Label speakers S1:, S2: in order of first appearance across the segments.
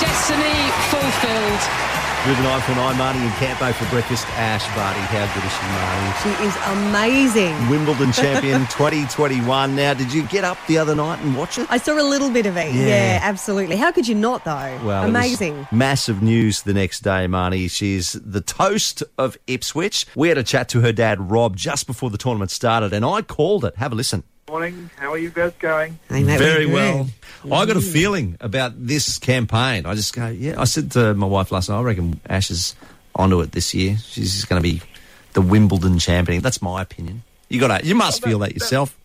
S1: Destiny fulfilled.
S2: With an eye for an eye, Marnie in Campo for breakfast. Ash Barty, how good is she, Marnie?
S3: She is amazing.
S2: Wimbledon champion 2021. Now, did you get up the other night and watch it?
S3: I saw a little bit of it.
S2: Yeah.
S3: Yeah, absolutely. How could you not, though?
S2: Well, it was
S3: amazing.
S2: massive news the next day, Marnie. She's the toast of Ipswich. We had a chat to her dad, Rob, just before the tournament started, and I called it. Have a listen.
S4: Morning. How are you guys going?
S3: Hey, mate, we're
S2: Very
S3: good.
S2: well. Oh, I got a feeling about this campaign. I just go, yeah. I said to my wife last night, I reckon Ash is onto it this year. She's just going to be the Wimbledon champion. That's my opinion. You got to, you must feel that yourself.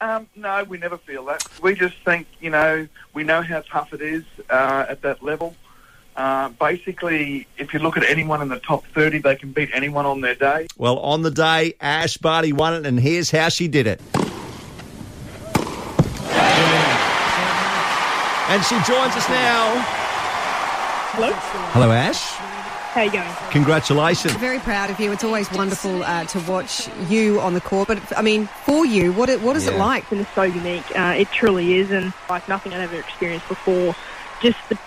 S4: Um, no, we never feel that. We just think, you know, we know how tough it is uh, at that level. Uh, basically, if you look at anyone in the top 30, they can beat anyone on their day.
S2: Well, on the day, Ash Barty won it, and here's how she did it. And she joins us now.
S5: Hello.
S2: Hello, Ash.
S5: How you going?
S2: Congratulations.
S3: Very proud of you. It's always wonderful uh, to watch you on the court. But I mean, for you, what it, what is it
S2: Yeah.
S3: like?
S5: And it's so unique. Uh, it truly is, and like nothing I've ever experienced before. Just the,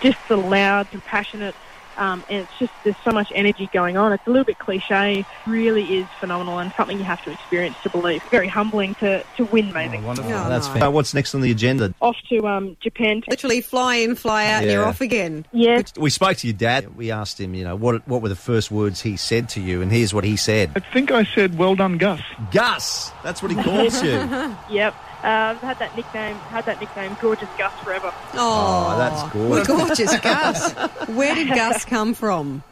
S5: just the loud, compassionate, um, and it's just there's so much energy going on. It's a little bit cliche. Really is phenomenal, and something you have to experience to believe. Very humbling to to win, maybe.
S3: Oh,
S2: That's
S3: no.
S2: fa- What's next on the agenda?
S5: Off to um, Japan.
S3: Literally fly in, fly out, and you're
S2: Yeah.
S3: off again.
S5: Yeah,
S2: We spoke to your dad. We asked him, you know, what what were the first words he said to you, and here's what he said.
S4: I think I said, well done, Gus.
S2: Gus, that's what he calls you.
S5: yep. Um, had that nickname. Had that nickname. Gorgeous Gus forever.
S3: Oh,
S2: that's
S3: We're
S2: gorgeous.
S3: gorgeous, Gus. Where did Gus come from?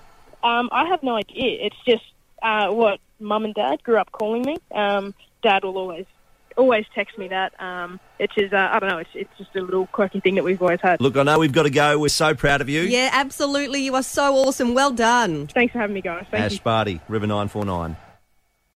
S5: Um, I have no idea. It's just uh, what mum and dad grew up calling me. Um, dad will always always text me that. Um, it's his, uh, I don't know. It's it's just a little quirky thing that we've always had.
S2: Look, I know we've got to go. We're so proud of you.
S3: Yeah, absolutely. You are so awesome. Well done.
S5: Thanks for having me, guys. Thank
S2: Ash
S5: you.
S2: Barty, River 949.